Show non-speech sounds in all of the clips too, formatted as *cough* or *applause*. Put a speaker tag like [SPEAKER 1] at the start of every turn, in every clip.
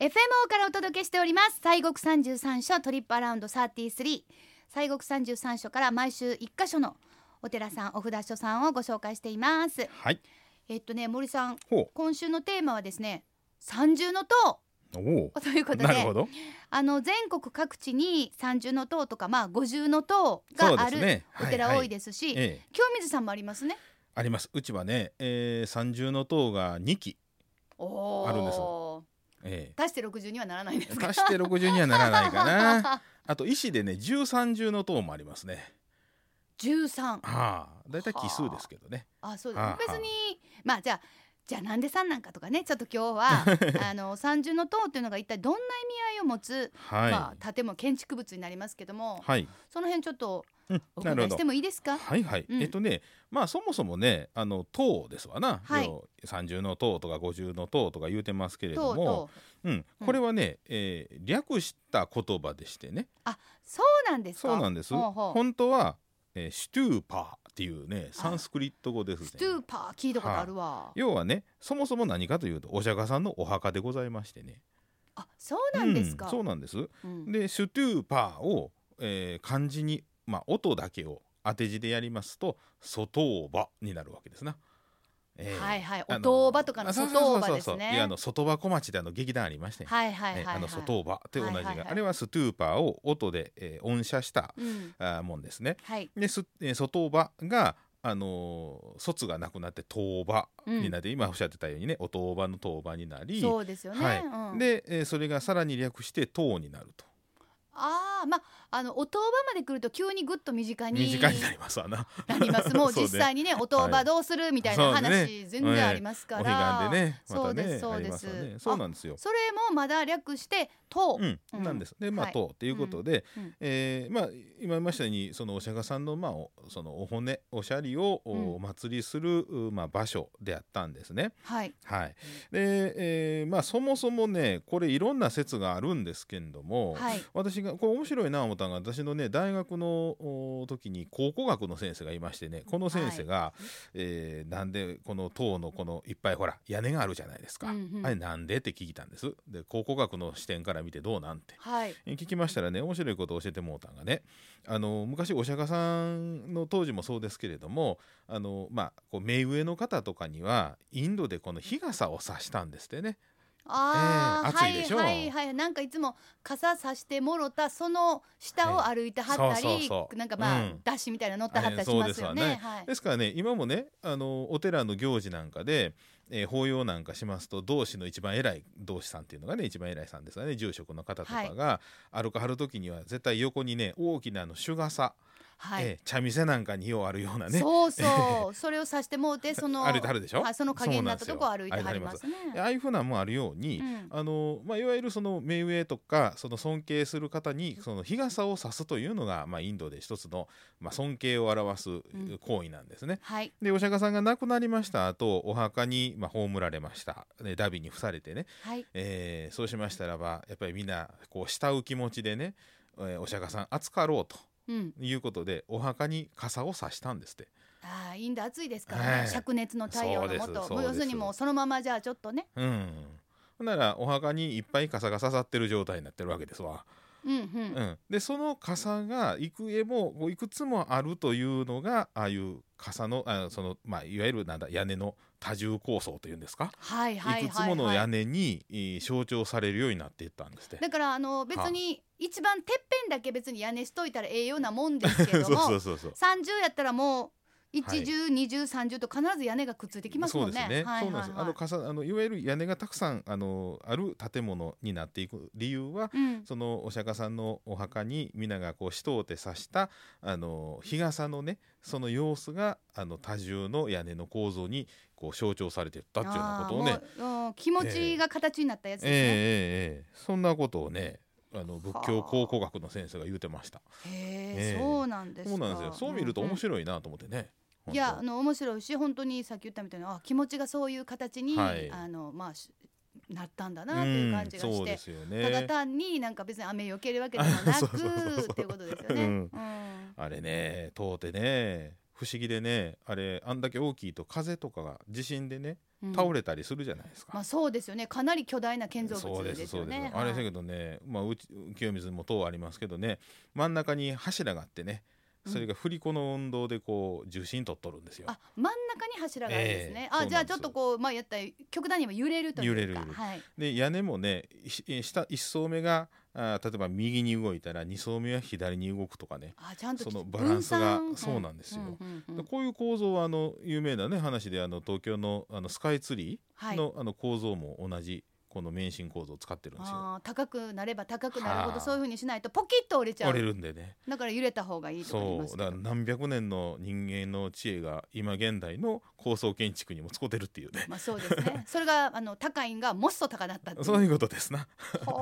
[SPEAKER 1] FMO からお届けしております西国三十三所トリップアラウンド33西国三十三所から毎週一箇所のお寺さんお札所さんをご紹介しています
[SPEAKER 2] はい。
[SPEAKER 1] えっとね森さん
[SPEAKER 2] ほ
[SPEAKER 1] 今週のテーマはですね三重の塔
[SPEAKER 2] う。お
[SPEAKER 1] というこ
[SPEAKER 2] お。
[SPEAKER 1] と
[SPEAKER 2] なるほ
[SPEAKER 1] で
[SPEAKER 2] ど。
[SPEAKER 1] あの全国各地に三重の塔とかまあ五重の塔があ
[SPEAKER 2] そうで
[SPEAKER 1] る
[SPEAKER 2] すね
[SPEAKER 1] お
[SPEAKER 2] はい
[SPEAKER 1] 寺
[SPEAKER 2] はい
[SPEAKER 1] 多いですし、
[SPEAKER 2] ええ、
[SPEAKER 1] 清水さんもありますね
[SPEAKER 2] あります。うちはね、えー、三重の塔が二基。
[SPEAKER 1] おー
[SPEAKER 2] あるんですえ
[SPEAKER 1] 足して60にはならないんで
[SPEAKER 2] え
[SPEAKER 1] すか
[SPEAKER 2] 足して六十にはならないか
[SPEAKER 1] *laughs*
[SPEAKER 2] な。あと石でね、十三重の塔もありますね。
[SPEAKER 1] 13
[SPEAKER 2] はあ、だいたい奇数ですけどね。
[SPEAKER 1] あそう
[SPEAKER 2] はあ
[SPEAKER 1] 別にまあじゃあじゃあなんで3なんかとかねちょっと今日
[SPEAKER 2] *laughs*
[SPEAKER 1] はあの三重の塔というのが一体どんな意味合いを持つ、
[SPEAKER 2] はい。
[SPEAKER 1] まあ、建物建築物になりますけども、
[SPEAKER 2] はい。
[SPEAKER 1] その辺ちょっと
[SPEAKER 2] うん
[SPEAKER 1] お
[SPEAKER 2] なる
[SPEAKER 1] 伺い
[SPEAKER 2] ほ
[SPEAKER 1] し
[SPEAKER 2] ど
[SPEAKER 1] て。もいいですか
[SPEAKER 2] はいはい、
[SPEAKER 1] うん
[SPEAKER 2] えっとねまあそもそもねあの塔ですわな、
[SPEAKER 1] はい
[SPEAKER 2] 要30の塔とか50の塔とか言うてますけれ
[SPEAKER 1] 塔
[SPEAKER 2] ども
[SPEAKER 1] と
[SPEAKER 2] うん、これはね、えー略した言葉でしてね
[SPEAKER 1] そうなんですか
[SPEAKER 2] そうなんです
[SPEAKER 1] ほうほう
[SPEAKER 2] 本当は、えーシュトゥーパーっていうねサンスクリット語ですね
[SPEAKER 1] ストゥーパー聞いたことあるわ、
[SPEAKER 2] 要はねそもそも何かというとお釈迦さんのお墓でございましてね
[SPEAKER 1] あそうなんですか、
[SPEAKER 2] うんそうなんです
[SPEAKER 1] うん
[SPEAKER 2] でシュトゥーパーを、えー漢字に、まあ、音だけを当て字でやりますと外場になるわけですな。えー
[SPEAKER 1] はいはい
[SPEAKER 2] あ
[SPEAKER 1] お当場とかの
[SPEAKER 2] あそう
[SPEAKER 1] 外
[SPEAKER 2] そう
[SPEAKER 1] 場
[SPEAKER 2] そう
[SPEAKER 1] で
[SPEAKER 2] そう
[SPEAKER 1] す
[SPEAKER 2] いやあ
[SPEAKER 1] ね
[SPEAKER 2] の外場小町であの劇団ありまして、
[SPEAKER 1] はいはいはい、
[SPEAKER 2] え
[SPEAKER 1] はい
[SPEAKER 2] ーあの外場って同じが、
[SPEAKER 1] はいはいはい
[SPEAKER 2] あれはストゥーパーを音で、えー音写した
[SPEAKER 1] うん
[SPEAKER 2] あーもんですね。
[SPEAKER 1] はい
[SPEAKER 2] で、すえー外場があのー卒がなくなって当場
[SPEAKER 1] うん
[SPEAKER 2] になって、今おっしゃってたようにねお当場の当場になり、
[SPEAKER 1] そうですよね、
[SPEAKER 2] はい
[SPEAKER 1] うん、
[SPEAKER 2] で、えーそれがさらに略して当になると。
[SPEAKER 1] ああまああのお当場まで来ると急にぐっと身近に
[SPEAKER 2] 身近になりますわな。
[SPEAKER 1] なりますもう実際にねお当
[SPEAKER 2] は
[SPEAKER 1] 場
[SPEAKER 2] い
[SPEAKER 1] どうするみたいな
[SPEAKER 2] そうね
[SPEAKER 1] 話全然あります
[SPEAKER 2] お
[SPEAKER 1] か
[SPEAKER 2] 彼
[SPEAKER 1] ら、
[SPEAKER 2] 岸でね、ま
[SPEAKER 1] そ
[SPEAKER 2] た
[SPEAKER 1] うです
[SPEAKER 2] ね、
[SPEAKER 1] そう
[SPEAKER 2] あり
[SPEAKER 1] で
[SPEAKER 2] ますすわね。そうなんですよ。
[SPEAKER 1] それもまだ略して「と」
[SPEAKER 2] うん、
[SPEAKER 1] うん
[SPEAKER 2] なんです。で、ま
[SPEAKER 1] は
[SPEAKER 2] あ、
[SPEAKER 1] い
[SPEAKER 2] と、っていうことで、
[SPEAKER 1] うんうん
[SPEAKER 2] えーまあ、今言いましたように、そのお釈迦さんの、まあ、おそのお骨、おしゃりを、お
[SPEAKER 1] うん
[SPEAKER 2] お祭りする、うまあ、場所であったんですね。
[SPEAKER 1] はい
[SPEAKER 2] はい。で、えーまあ、そもそもね、これいろんな説があるんですけれども。
[SPEAKER 1] はい
[SPEAKER 2] 私がこれ面白いな思ったのが私のね大学のお時に考古学の先生がいましてねこの先生が、えーなんでこの塔のこのいっぱいほら屋根があるじゃないですか、
[SPEAKER 1] うんうん
[SPEAKER 2] あれなんでって聞いたんですで考古学の視点から見てどうなんて
[SPEAKER 1] はい
[SPEAKER 2] え聞きましたらね面白いことを教えてもうたんがねあの昔お釈迦さんの当時もそうですけれどもあの、まあ、こう目上の方とかにはインドでこの日傘を差したんですってね
[SPEAKER 1] ああ、
[SPEAKER 2] ええ暑いでしょ
[SPEAKER 1] はいはいはいなんかいつも傘さしてもろたその下を歩いてはったり、
[SPEAKER 2] ええそうそうそう
[SPEAKER 1] なんかまあ、
[SPEAKER 2] うん
[SPEAKER 1] ダッシュみたいなの乗ってはったりしますよね
[SPEAKER 2] あれそうです
[SPEAKER 1] はい、
[SPEAKER 2] ですからね今もねあのお寺の行事なんかで、えー法要なんかしますと同志の一番偉い同志さんっていうのがね一番偉いさんですよね住職の方とかが、歩かはる時には絶対横にね大きなあの朱傘、
[SPEAKER 1] はい
[SPEAKER 2] えー茶店なんかにようあるようなね
[SPEAKER 1] そう
[SPEAKER 2] *laughs*
[SPEAKER 1] そうそれをさしてもうてその
[SPEAKER 2] 歩いてはるでしょ
[SPEAKER 1] はいその影になったとこを
[SPEAKER 2] そうなん
[SPEAKER 1] 歩
[SPEAKER 2] で
[SPEAKER 1] い
[SPEAKER 2] すよ
[SPEAKER 1] てはりますね
[SPEAKER 2] ああいうふうなのもあるように、
[SPEAKER 1] うん
[SPEAKER 2] あのまあ、いわゆるその目上とかその尊敬する方にその日傘を差すというのが、まあ、インドで一つの、まあ、尊敬を表す
[SPEAKER 1] ん
[SPEAKER 2] 行為なんですね。
[SPEAKER 1] はい
[SPEAKER 2] でお釈迦さんが亡くなりました後お墓に、まあ、葬られましたでダビに付されてね、
[SPEAKER 1] はい
[SPEAKER 2] えーそうしましたらばやっぱりみんなこう慕う気持ちでね、えーお釈迦さん扱ろうと
[SPEAKER 1] うん
[SPEAKER 2] いうことでお墓に傘を差したんですって
[SPEAKER 1] ああインド暑いですからね、
[SPEAKER 2] はい
[SPEAKER 1] 灼熱の太陽のも
[SPEAKER 2] そうです
[SPEAKER 1] と
[SPEAKER 2] そ
[SPEAKER 1] も
[SPEAKER 2] う
[SPEAKER 1] う
[SPEAKER 2] で
[SPEAKER 1] 要
[SPEAKER 2] す
[SPEAKER 1] するにもうそのままじゃあちょっとね
[SPEAKER 2] うんほんならお墓にいっぱい傘が刺さってる状態になってるわけですわ、
[SPEAKER 1] うんう
[SPEAKER 2] うん
[SPEAKER 1] ん、
[SPEAKER 2] でその傘が幾重もこういくつもあるというのがああいう傘のあその、まあ、いわゆるなんだ屋根の多重構造というんですか
[SPEAKER 1] はいはいはいい
[SPEAKER 2] くつもの屋
[SPEAKER 1] はい
[SPEAKER 2] 根にえー象徴されるようになっていったんですって。
[SPEAKER 1] だからあの別に一番てっぺんだけ別に屋根しといたらええようなもんですけど
[SPEAKER 2] *laughs* そうそ
[SPEAKER 1] も
[SPEAKER 2] うそうそう。
[SPEAKER 1] 三十やったらもう
[SPEAKER 2] はい
[SPEAKER 1] 一十二十三十と必ず屋根がくっついてきますもんね
[SPEAKER 2] そうですね。
[SPEAKER 1] はい
[SPEAKER 2] そうなん
[SPEAKER 1] は
[SPEAKER 2] で
[SPEAKER 1] い
[SPEAKER 2] す。
[SPEAKER 1] はい
[SPEAKER 2] あの傘あのいわゆる屋根がたくさんあのある建物になっていく理由は。
[SPEAKER 1] うん
[SPEAKER 2] そのお釈迦さんのお墓に皆がこう人を手さしたあの日傘のねその様子があの多重の屋根の構造にこう象徴されていったっていうようなことをね
[SPEAKER 1] ああもううん気持ちが形になったやつですね、
[SPEAKER 2] ええええええそんなことをねあの仏教考古学の先生が言うてました。
[SPEAKER 1] へえ
[SPEAKER 2] ええ
[SPEAKER 1] そうなんですか
[SPEAKER 2] そうなんですよ。そう見ると面白いなと思ってね。
[SPEAKER 1] うんうんいやあ
[SPEAKER 2] 本
[SPEAKER 1] の面白いし本当にさっき言ったみたいなあ気持ちがそういう形に、
[SPEAKER 2] はい
[SPEAKER 1] あのまあしなったんだ
[SPEAKER 2] 当
[SPEAKER 1] なという感じが
[SPEAKER 2] うん
[SPEAKER 1] し
[SPEAKER 2] そうで
[SPEAKER 1] て、
[SPEAKER 2] すよ
[SPEAKER 1] ただ
[SPEAKER 2] ね。
[SPEAKER 1] 単になんか別に雨よ
[SPEAKER 2] *laughs*
[SPEAKER 1] けるわけでもなく
[SPEAKER 2] そうそうそうそう
[SPEAKER 1] っていうことですよね、
[SPEAKER 2] うん
[SPEAKER 1] うん
[SPEAKER 2] あれね、通ってね、不思議でねあれあんだけ大きいと風とかが地震でね
[SPEAKER 1] うん
[SPEAKER 2] 倒れたりするじゃないですか。
[SPEAKER 1] まあそうですよね。かなり巨大な建造
[SPEAKER 2] そう
[SPEAKER 1] 物
[SPEAKER 2] で
[SPEAKER 1] ですす
[SPEAKER 2] そう
[SPEAKER 1] よ
[SPEAKER 2] です、
[SPEAKER 1] ね。
[SPEAKER 2] あれ
[SPEAKER 1] は
[SPEAKER 2] だ
[SPEAKER 1] い
[SPEAKER 2] けどね、まあ、うち清水も塔ありますけどね真ん中に柱があってねそれが振り子の運動でこう重心取っとるんですよ。
[SPEAKER 1] あ真ん中に柱があるんですね。
[SPEAKER 2] ええ
[SPEAKER 1] あ
[SPEAKER 2] そうなん
[SPEAKER 1] じゃあ
[SPEAKER 2] です
[SPEAKER 1] ちょっとこうまあ言ったら極端に言えば揺れるというか。
[SPEAKER 2] 揺れる揺れる
[SPEAKER 1] はい。
[SPEAKER 2] で屋根もねひ下一層目があー例えば右に動いたら二層目は左に動くとかね
[SPEAKER 1] あちゃんと
[SPEAKER 2] そのバランスがそうなんですよでこういう構造はあの有名なね話であの東京のあのスカイツリ
[SPEAKER 1] は
[SPEAKER 2] ー
[SPEAKER 1] い。
[SPEAKER 2] の,、あの構造も同じこの免震構造を使ってるんですよ。
[SPEAKER 1] あー高くなれば高くなるほ
[SPEAKER 2] は
[SPEAKER 1] ど
[SPEAKER 2] あ
[SPEAKER 1] そういうふうにしないとポキッと折れちゃ
[SPEAKER 2] 折れ
[SPEAKER 1] う。
[SPEAKER 2] るんでね
[SPEAKER 1] だから揺れた方がいいと思います
[SPEAKER 2] そう
[SPEAKER 1] けど。
[SPEAKER 2] だから何百年の人間の知恵が今現代の高層建築にも使ってるっていうね
[SPEAKER 1] まあそうです
[SPEAKER 2] *laughs*
[SPEAKER 1] ね。それがあの高いんがもっそ高だったっていう。
[SPEAKER 2] そういうことですな面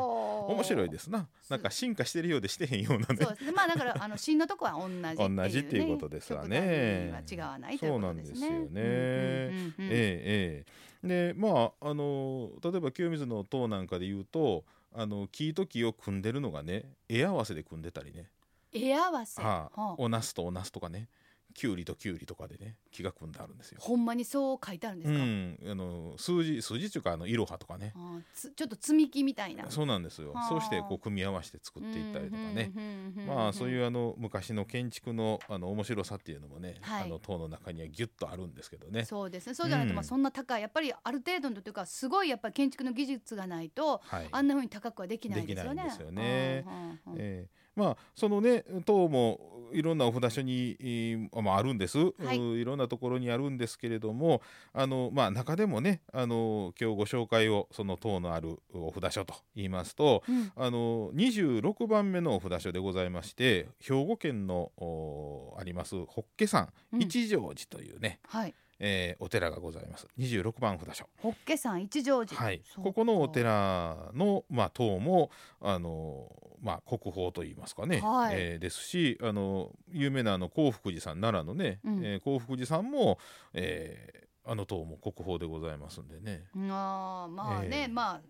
[SPEAKER 1] 面
[SPEAKER 2] 白いですななんか進化してるようでしてへんようなね
[SPEAKER 1] そうですね。まあだからあの芯のとこは同じっていう、ね。
[SPEAKER 2] 同じっていうことですわね
[SPEAKER 1] 極端には違わないということですね。
[SPEAKER 2] そうなんですよ
[SPEAKER 1] うんうんうんうん
[SPEAKER 2] ねええええでまああの例えば清水の塔なんかで言うとあの木と木を組んでるのがね絵合わせで組んでたりね、
[SPEAKER 1] 絵合わせ、
[SPEAKER 2] はあ
[SPEAKER 1] は、あ
[SPEAKER 2] おナスとおナスとかねきゅうりときゅうりとかでね木が組んであるんですよ。
[SPEAKER 1] ほんまにそう書いてあるんで
[SPEAKER 2] う
[SPEAKER 1] すか。
[SPEAKER 2] ん、あの数字数字っていうかあのいろはとかね
[SPEAKER 1] ああつちょっと積み木みたいな。
[SPEAKER 2] そうなんですよ
[SPEAKER 1] はあ
[SPEAKER 2] そうしてこう組み合わせて作っていったりとかね
[SPEAKER 1] ね。
[SPEAKER 2] まあそういううあの昔の建築のあの面白さっていうのもね、
[SPEAKER 1] はい
[SPEAKER 2] あの塔の中にはギュッとあるんですけどね。
[SPEAKER 1] そうですね。そうじゃないと、
[SPEAKER 2] うん
[SPEAKER 1] まあそんな高いやっぱりある程度のというかすごいやっぱり建築の技術がないと
[SPEAKER 2] はい、
[SPEAKER 1] あんな風に高くはできないですよね。
[SPEAKER 2] できないんですよね
[SPEAKER 1] うんうんうん
[SPEAKER 2] えーまあそのね党もいろんなお札所に、えーまあ、あるんです、
[SPEAKER 1] いう
[SPEAKER 2] いろんなところにあるんですけれどもあの、まあ、中でもねあの今日ご紹介をその党のあるお札所と言いますと
[SPEAKER 1] うん
[SPEAKER 2] あの26番目のお札所でございまして兵庫県のおあります法華山
[SPEAKER 1] うん
[SPEAKER 2] 一乗寺というね、
[SPEAKER 1] はい。
[SPEAKER 2] えーお寺がございます26番札所。
[SPEAKER 1] ホッケ山一乗寺。
[SPEAKER 2] はい、
[SPEAKER 1] そうか
[SPEAKER 2] ここのお。寺の、まあ、塔もあの、まあ、国宝といいますかね、
[SPEAKER 1] はい
[SPEAKER 2] えーですしあの有名なあの興福寺さん奈良のね、
[SPEAKER 1] うん
[SPEAKER 2] えー興福寺さんも、えーあの塔も国宝でございますんでね。
[SPEAKER 1] ああまあね、
[SPEAKER 2] ええ
[SPEAKER 1] まあ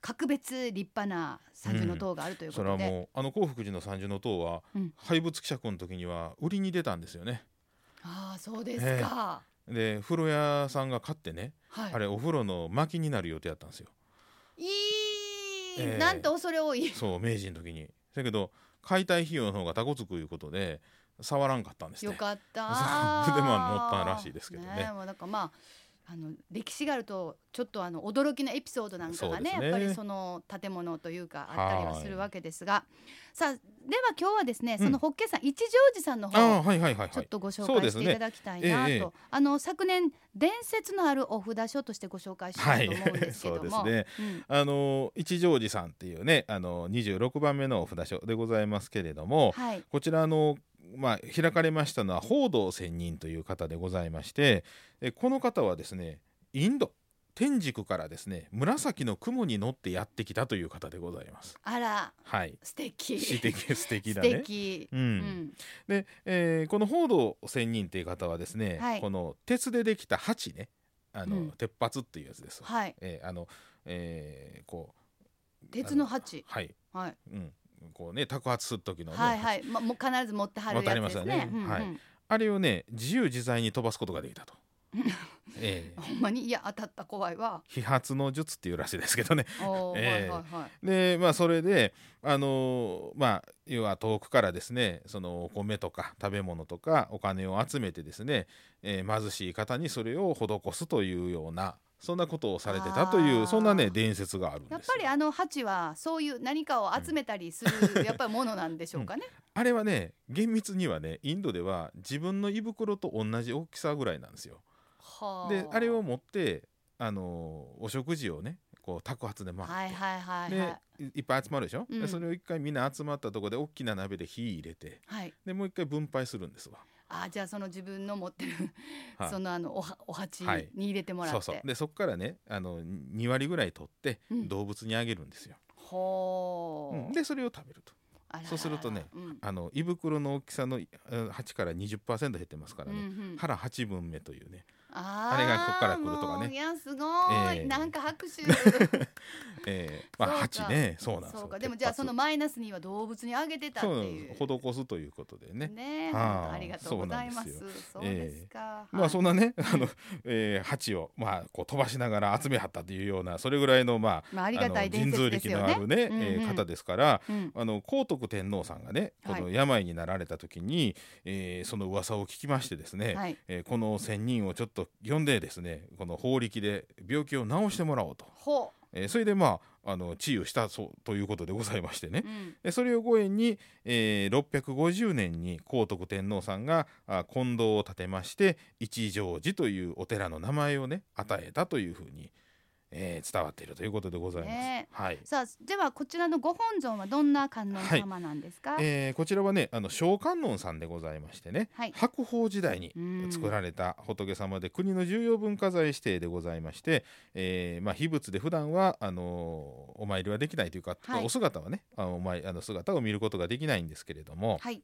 [SPEAKER 1] 格別立派な三重の塔があるというこ
[SPEAKER 2] それは
[SPEAKER 1] とで、
[SPEAKER 2] もうあの興福寺の三重の塔は、
[SPEAKER 1] うん
[SPEAKER 2] 廃仏希釈の時には売りに出たんですよね。
[SPEAKER 1] ああそうです
[SPEAKER 2] ええ
[SPEAKER 1] か、
[SPEAKER 2] で風呂屋さんが買ってね、
[SPEAKER 1] はい
[SPEAKER 2] あれお風呂の薪になる予定だったんですよ。
[SPEAKER 1] いい、
[SPEAKER 2] ええ
[SPEAKER 1] なんと恐れ多い
[SPEAKER 2] そう明治の時に。だけど解体費用の方がタコつくいうことで触らんかったんです
[SPEAKER 1] よ
[SPEAKER 2] ね。
[SPEAKER 1] かった
[SPEAKER 2] そうでまあもったいらしいですけどね
[SPEAKER 1] えもうなんかまああの歴史があるとちょっとあの驚きのエピソードなんかがね
[SPEAKER 2] そうですね
[SPEAKER 1] やっぱりその建物というかあったりはするわけですがさあでは今日はですね
[SPEAKER 2] うん
[SPEAKER 1] そのホッケさん、一乗寺さんの
[SPEAKER 2] あ
[SPEAKER 1] 方
[SPEAKER 2] あはいはいはい
[SPEAKER 1] ちょ
[SPEAKER 2] は
[SPEAKER 1] っ
[SPEAKER 2] い。
[SPEAKER 1] とご紹
[SPEAKER 2] そう
[SPEAKER 1] 介
[SPEAKER 2] で
[SPEAKER 1] し
[SPEAKER 2] す
[SPEAKER 1] て
[SPEAKER 2] ね
[SPEAKER 1] いただきたいなと、
[SPEAKER 2] ええええ
[SPEAKER 1] あの昨年伝説のあるお札所としてご紹介したと思うんですけども、
[SPEAKER 2] はい *laughs* そうです
[SPEAKER 1] うん
[SPEAKER 2] あの一乗寺さんっていうねあの26番目のお札所でございますけれども
[SPEAKER 1] はい、
[SPEAKER 2] こちらあの、まあ、開かれましたのは報道仙人という方でございましてえこの方はですねインド天竺からですね紫の雲に乗ってやってきたという方でございます。
[SPEAKER 1] あら *laughs*
[SPEAKER 2] はい
[SPEAKER 1] 素敵
[SPEAKER 2] 素敵素敵
[SPEAKER 1] 素
[SPEAKER 2] だね。
[SPEAKER 1] 敵、
[SPEAKER 2] う、
[SPEAKER 1] うんん、
[SPEAKER 2] で、えーこの報道仙人っていう方はですね、
[SPEAKER 1] はい
[SPEAKER 2] この鉄でできた鉢ねあの、
[SPEAKER 1] うん
[SPEAKER 2] 鉄髪っていうやつです。
[SPEAKER 1] はい
[SPEAKER 2] えーあの、えーこう
[SPEAKER 1] 鉄の鉢
[SPEAKER 2] あはい、
[SPEAKER 1] はい
[SPEAKER 2] うん、こうね托発する時のね、
[SPEAKER 1] はいはい、まもう必ず持ってはるやつですね。
[SPEAKER 2] 持ってはりますよね
[SPEAKER 1] うんうん
[SPEAKER 2] あれをね自由自在に飛ばすことができたと。えー
[SPEAKER 1] ほんまにいや当たった怖いわ。
[SPEAKER 2] 飛発の術っていうらしいですけどね。
[SPEAKER 1] おー
[SPEAKER 2] *laughs* ええ
[SPEAKER 1] はいはいはい。
[SPEAKER 2] でまあそれであのーまあ要は遠くからですねそのお米とか食べ物とかお金を集めてですね、えー貧しい方にそれを施すというようなそんなことをされてたとい
[SPEAKER 1] あー
[SPEAKER 2] うそんなね伝説があるんです
[SPEAKER 1] や
[SPEAKER 2] よ
[SPEAKER 1] っぱりあの鉢はそういう何かを集めたりする、やっぱりものなんでしょうかね。
[SPEAKER 2] あれはね厳密にはねインドでは自分の胃袋と同じ大きさぐらいなんですよ。
[SPEAKER 1] は
[SPEAKER 2] であれを持ってあのーお食事をねこう宅発で回って、
[SPEAKER 1] はいはいはい
[SPEAKER 2] で
[SPEAKER 1] はい
[SPEAKER 2] いっぱい集まるでしょ、
[SPEAKER 1] うん
[SPEAKER 2] でそれを一回みんな集まったところで大きな鍋で火入れて
[SPEAKER 1] い。はい。
[SPEAKER 2] でもう一回分配するんですわ。
[SPEAKER 1] あーじゃあその自分の持ってる、
[SPEAKER 2] はい
[SPEAKER 1] そのあのおはお鉢
[SPEAKER 2] はい
[SPEAKER 1] に入れてもらって。
[SPEAKER 2] そうそうでそこからねあの2割ぐらい取って
[SPEAKER 1] うん
[SPEAKER 2] 動物にあげるんですよ、
[SPEAKER 1] ほ
[SPEAKER 2] うん
[SPEAKER 1] ー
[SPEAKER 2] でそれを食べると
[SPEAKER 1] あららら
[SPEAKER 2] そうするとね
[SPEAKER 1] うん
[SPEAKER 2] あの胃袋の大きさのあ8から20%減ってますから
[SPEAKER 1] うん
[SPEAKER 2] ね、
[SPEAKER 1] うん
[SPEAKER 2] 腹8分目というね
[SPEAKER 1] あー
[SPEAKER 2] あれがこっから来るとかね *laughs*
[SPEAKER 1] もういやすごい、
[SPEAKER 2] ええ
[SPEAKER 1] なんか拍手
[SPEAKER 2] えー、まあ
[SPEAKER 1] そうか
[SPEAKER 2] 八ねそうなんです
[SPEAKER 1] そ
[SPEAKER 2] よ
[SPEAKER 1] うかでもじゃあその
[SPEAKER 2] 鉄
[SPEAKER 1] マイナスには動物にあげてたって
[SPEAKER 2] そうなん
[SPEAKER 1] い
[SPEAKER 2] で
[SPEAKER 1] う
[SPEAKER 2] す施すということでね
[SPEAKER 1] ねえ
[SPEAKER 2] はい
[SPEAKER 1] 本当ありがとうございます
[SPEAKER 2] そう
[SPEAKER 1] そう
[SPEAKER 2] んです
[SPEAKER 1] で
[SPEAKER 2] よ
[SPEAKER 1] すか、
[SPEAKER 2] まあそんなね、
[SPEAKER 1] い
[SPEAKER 2] あの、えー、鉢をまあこう飛ばしながら集めはったというようなそれぐらいのま
[SPEAKER 1] まあ、あ
[SPEAKER 2] あ
[SPEAKER 1] りがたい
[SPEAKER 2] あの
[SPEAKER 1] 伝
[SPEAKER 2] 神
[SPEAKER 1] 説
[SPEAKER 2] 通
[SPEAKER 1] です
[SPEAKER 2] 力
[SPEAKER 1] よ
[SPEAKER 2] の
[SPEAKER 1] ね
[SPEAKER 2] あるね、
[SPEAKER 1] うんうん
[SPEAKER 2] えー方ですから。
[SPEAKER 1] うん
[SPEAKER 2] あの光徳天皇さんがねこ
[SPEAKER 1] は
[SPEAKER 2] の病になられた時に、えーその噂を聞きましてですね、
[SPEAKER 1] はい
[SPEAKER 2] えーこの仙人をちょっと呼んでですねこの法力で病気を治してもらおうと、
[SPEAKER 1] ほ
[SPEAKER 2] えーそれでまああの治癒したそうということでございましてね
[SPEAKER 1] う、うん
[SPEAKER 2] でそれをご縁に、えー650年に光徳天皇さんがあ金堂を建てまして一乗寺というお寺の名前をね与えたというふうに、えー伝わっているということでございます。
[SPEAKER 1] ね
[SPEAKER 2] はい
[SPEAKER 1] さあではこちらのご本尊はどんな観音様なんですか、
[SPEAKER 2] えーこちらはねあの小観音さんでございましてね、
[SPEAKER 1] はい
[SPEAKER 2] 白鳳時代に
[SPEAKER 1] うん
[SPEAKER 2] 作られた仏様で国の重要文化財指定でございまして、えーまあ、秘仏で普段はあのーお参りはできないというか、
[SPEAKER 1] はい
[SPEAKER 2] お姿はねあのお参りあの姿を見ることができないんですけれども、
[SPEAKER 1] はい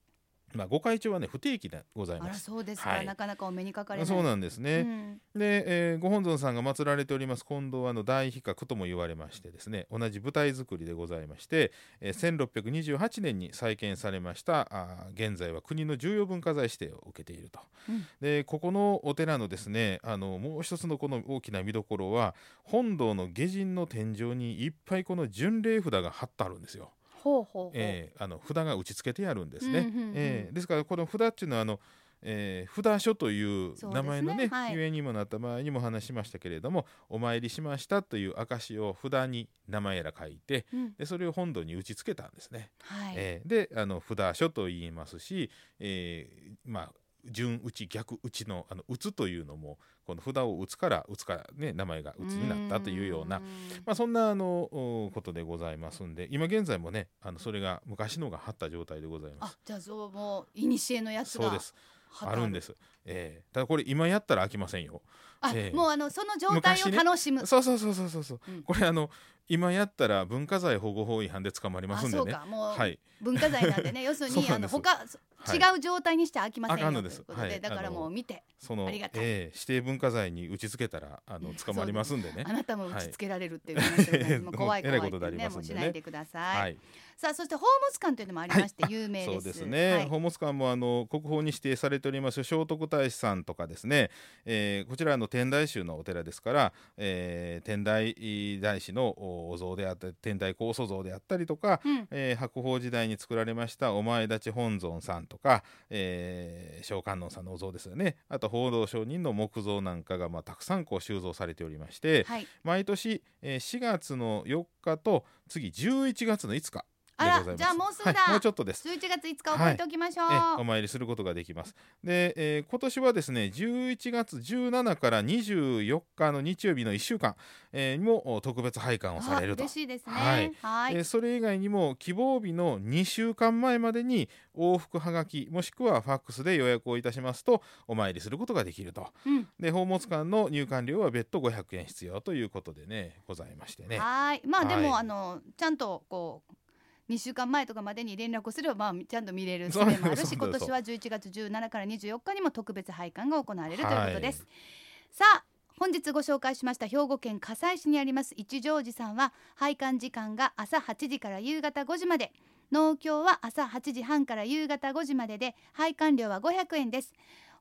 [SPEAKER 2] まあ、ご会長はね不定期でござい
[SPEAKER 1] あ
[SPEAKER 2] ま
[SPEAKER 1] ら
[SPEAKER 2] す。
[SPEAKER 1] そうですか、
[SPEAKER 2] はい
[SPEAKER 1] なかなかお目にかかれない
[SPEAKER 2] そうなんですね、
[SPEAKER 1] うん
[SPEAKER 2] で、えーご本尊さんが祀られております近藤はあの大比較とも言われましてですね同じ舞台作りでございまして、えー1628年に再建されましたあー現在は国の重要文化財指定を受けていると、
[SPEAKER 1] うん
[SPEAKER 2] でここのお寺のですねあのもう一つのこの大きな見どころは本堂の下陣の天井にいっぱいこの巡礼札が貼ってあるんですよ。
[SPEAKER 1] ほうほうほう、
[SPEAKER 2] えーあの札が打ち付けてあるんです
[SPEAKER 1] うん
[SPEAKER 2] ね
[SPEAKER 1] うんうん。
[SPEAKER 2] えーですからこの札っていうのはあの、えー札所という
[SPEAKER 1] そうですね
[SPEAKER 2] 名前のね
[SPEAKER 1] はい
[SPEAKER 2] ゆえにもなった前にも話しましたけれどもお参りしましたという証を札に名前ら書いて
[SPEAKER 1] うん
[SPEAKER 2] でそれを本堂に打ち付けたんですね。
[SPEAKER 1] はい、
[SPEAKER 2] えーであの札所と言いますし、えーまあ順打ち逆打ちのあの打つというのもこの札を打つから打つから、ね、名前が打つになったというような
[SPEAKER 1] ーん
[SPEAKER 2] まあ、そんなあのおことでございますんで今現在もねあのそれが昔のが張った状態でございま
[SPEAKER 1] あ
[SPEAKER 2] す。
[SPEAKER 1] じゃあそうもう古のやつが
[SPEAKER 2] そうです
[SPEAKER 1] 貼って
[SPEAKER 2] あるんです、えーただこれ今やったら飽きませんよ。
[SPEAKER 1] あ、
[SPEAKER 2] ええ
[SPEAKER 1] もうあのその状態を
[SPEAKER 2] 昔ね
[SPEAKER 1] 楽しむ、
[SPEAKER 2] そうそうそうそうそうそう、
[SPEAKER 1] うん
[SPEAKER 2] これあの今やったら文化財保護法違反で捕まりま
[SPEAKER 1] あ
[SPEAKER 2] すん
[SPEAKER 1] そ
[SPEAKER 2] で
[SPEAKER 1] う
[SPEAKER 2] ね。
[SPEAKER 1] かもう
[SPEAKER 2] はい、
[SPEAKER 1] 文化財なん
[SPEAKER 2] *laughs*
[SPEAKER 1] でね、要するに
[SPEAKER 2] そう
[SPEAKER 1] あ
[SPEAKER 2] なん
[SPEAKER 1] の
[SPEAKER 2] です
[SPEAKER 1] 他
[SPEAKER 2] はい、
[SPEAKER 1] 違う状態にしては飽きませんよ
[SPEAKER 2] あかん
[SPEAKER 1] と
[SPEAKER 2] の
[SPEAKER 1] い
[SPEAKER 2] で
[SPEAKER 1] う
[SPEAKER 2] す
[SPEAKER 1] ことで、
[SPEAKER 2] はい
[SPEAKER 1] だから
[SPEAKER 2] あの
[SPEAKER 1] もう見て
[SPEAKER 2] その
[SPEAKER 1] ありがたい
[SPEAKER 2] えー指定文化財に打ち付けた
[SPEAKER 1] *laughs*
[SPEAKER 2] らあ
[SPEAKER 1] う
[SPEAKER 2] の
[SPEAKER 1] ん
[SPEAKER 2] 捕まりますんでね。
[SPEAKER 1] あなたも打ちつけられるっていう話になりますもう怖い
[SPEAKER 2] えら
[SPEAKER 1] 怖
[SPEAKER 2] い
[SPEAKER 1] いって
[SPEAKER 2] ことになり
[SPEAKER 1] ねも
[SPEAKER 2] ます
[SPEAKER 1] うんし
[SPEAKER 2] でね
[SPEAKER 1] ないでください、
[SPEAKER 2] はい
[SPEAKER 1] さあそして宝物館というのもありまして有名です、
[SPEAKER 2] そうですね、
[SPEAKER 1] はい
[SPEAKER 2] 宝物館もあの国宝に指定されております聖徳太子さんとかですね、えーこちらの天台宗のお寺ですから、えー天台大師のおお像であったり天台高祖像であったりとか、
[SPEAKER 1] うん
[SPEAKER 2] えー白鳳時代に作られましたお前立ち本尊さんとか、えー、小観音さんのお像ですよねあと報道上人の木像なんかが、まあ、たくさんこう収蔵されておりまして、
[SPEAKER 1] はい、
[SPEAKER 2] 毎年、えー4月の4日と次11月の5日でございます
[SPEAKER 1] あらじゃあもうすぐだ
[SPEAKER 2] はいもうちょっとです
[SPEAKER 1] 11月5日覚えておきましょう、
[SPEAKER 2] ええお参りすることができます。で、えー今年はですね11月17から24日の日曜日の1週間、えーにもお特別拝観をされる
[SPEAKER 1] あ
[SPEAKER 2] と。
[SPEAKER 1] 嬉しいですねは
[SPEAKER 2] はいいえーそれ以外にも希望日の2週間前までに往復はがきもしくはファックスで予約をいたしますとお参りすることができると
[SPEAKER 1] うん
[SPEAKER 2] で宝物館の入館料は別途500円必要ということでねございましてね
[SPEAKER 1] はいまあでも、
[SPEAKER 2] はい
[SPEAKER 1] あのちゃんとこう2週間前とかまでに連絡をすれば、まあ、ちゃんと見れる術
[SPEAKER 2] そう
[SPEAKER 1] もあるし
[SPEAKER 2] そう
[SPEAKER 1] 今年は11月17から24日にも特別拝観が行われるということです、さあ本日ご紹介しました兵庫県加西市にあります一乗寺さんは拝観時間が朝8時から夕方5時まで農協は朝8時半から夕方5時までで拝観料は500円です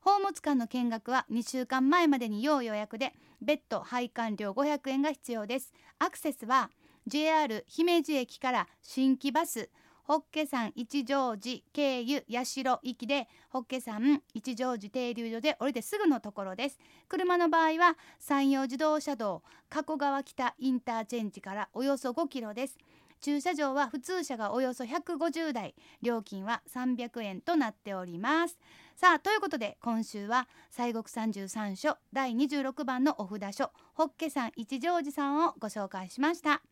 [SPEAKER 1] 宝物館の見学は2週間前までに要予約で別途拝観料500円が必要ですアクセスは JR 姫路駅から新規バスホッケ山一乗寺経由八代行きでホッケ山一乗寺停留所で降りてすぐのところです車の場合は山陽自動車道加古川北インターチェンジからおよそ5キロです駐車場は普通車がおよそ150台料金は300円となっておりますさあということで今週は西国三十三所第26番のお札所ホッケ山一乗寺さんをご紹介しました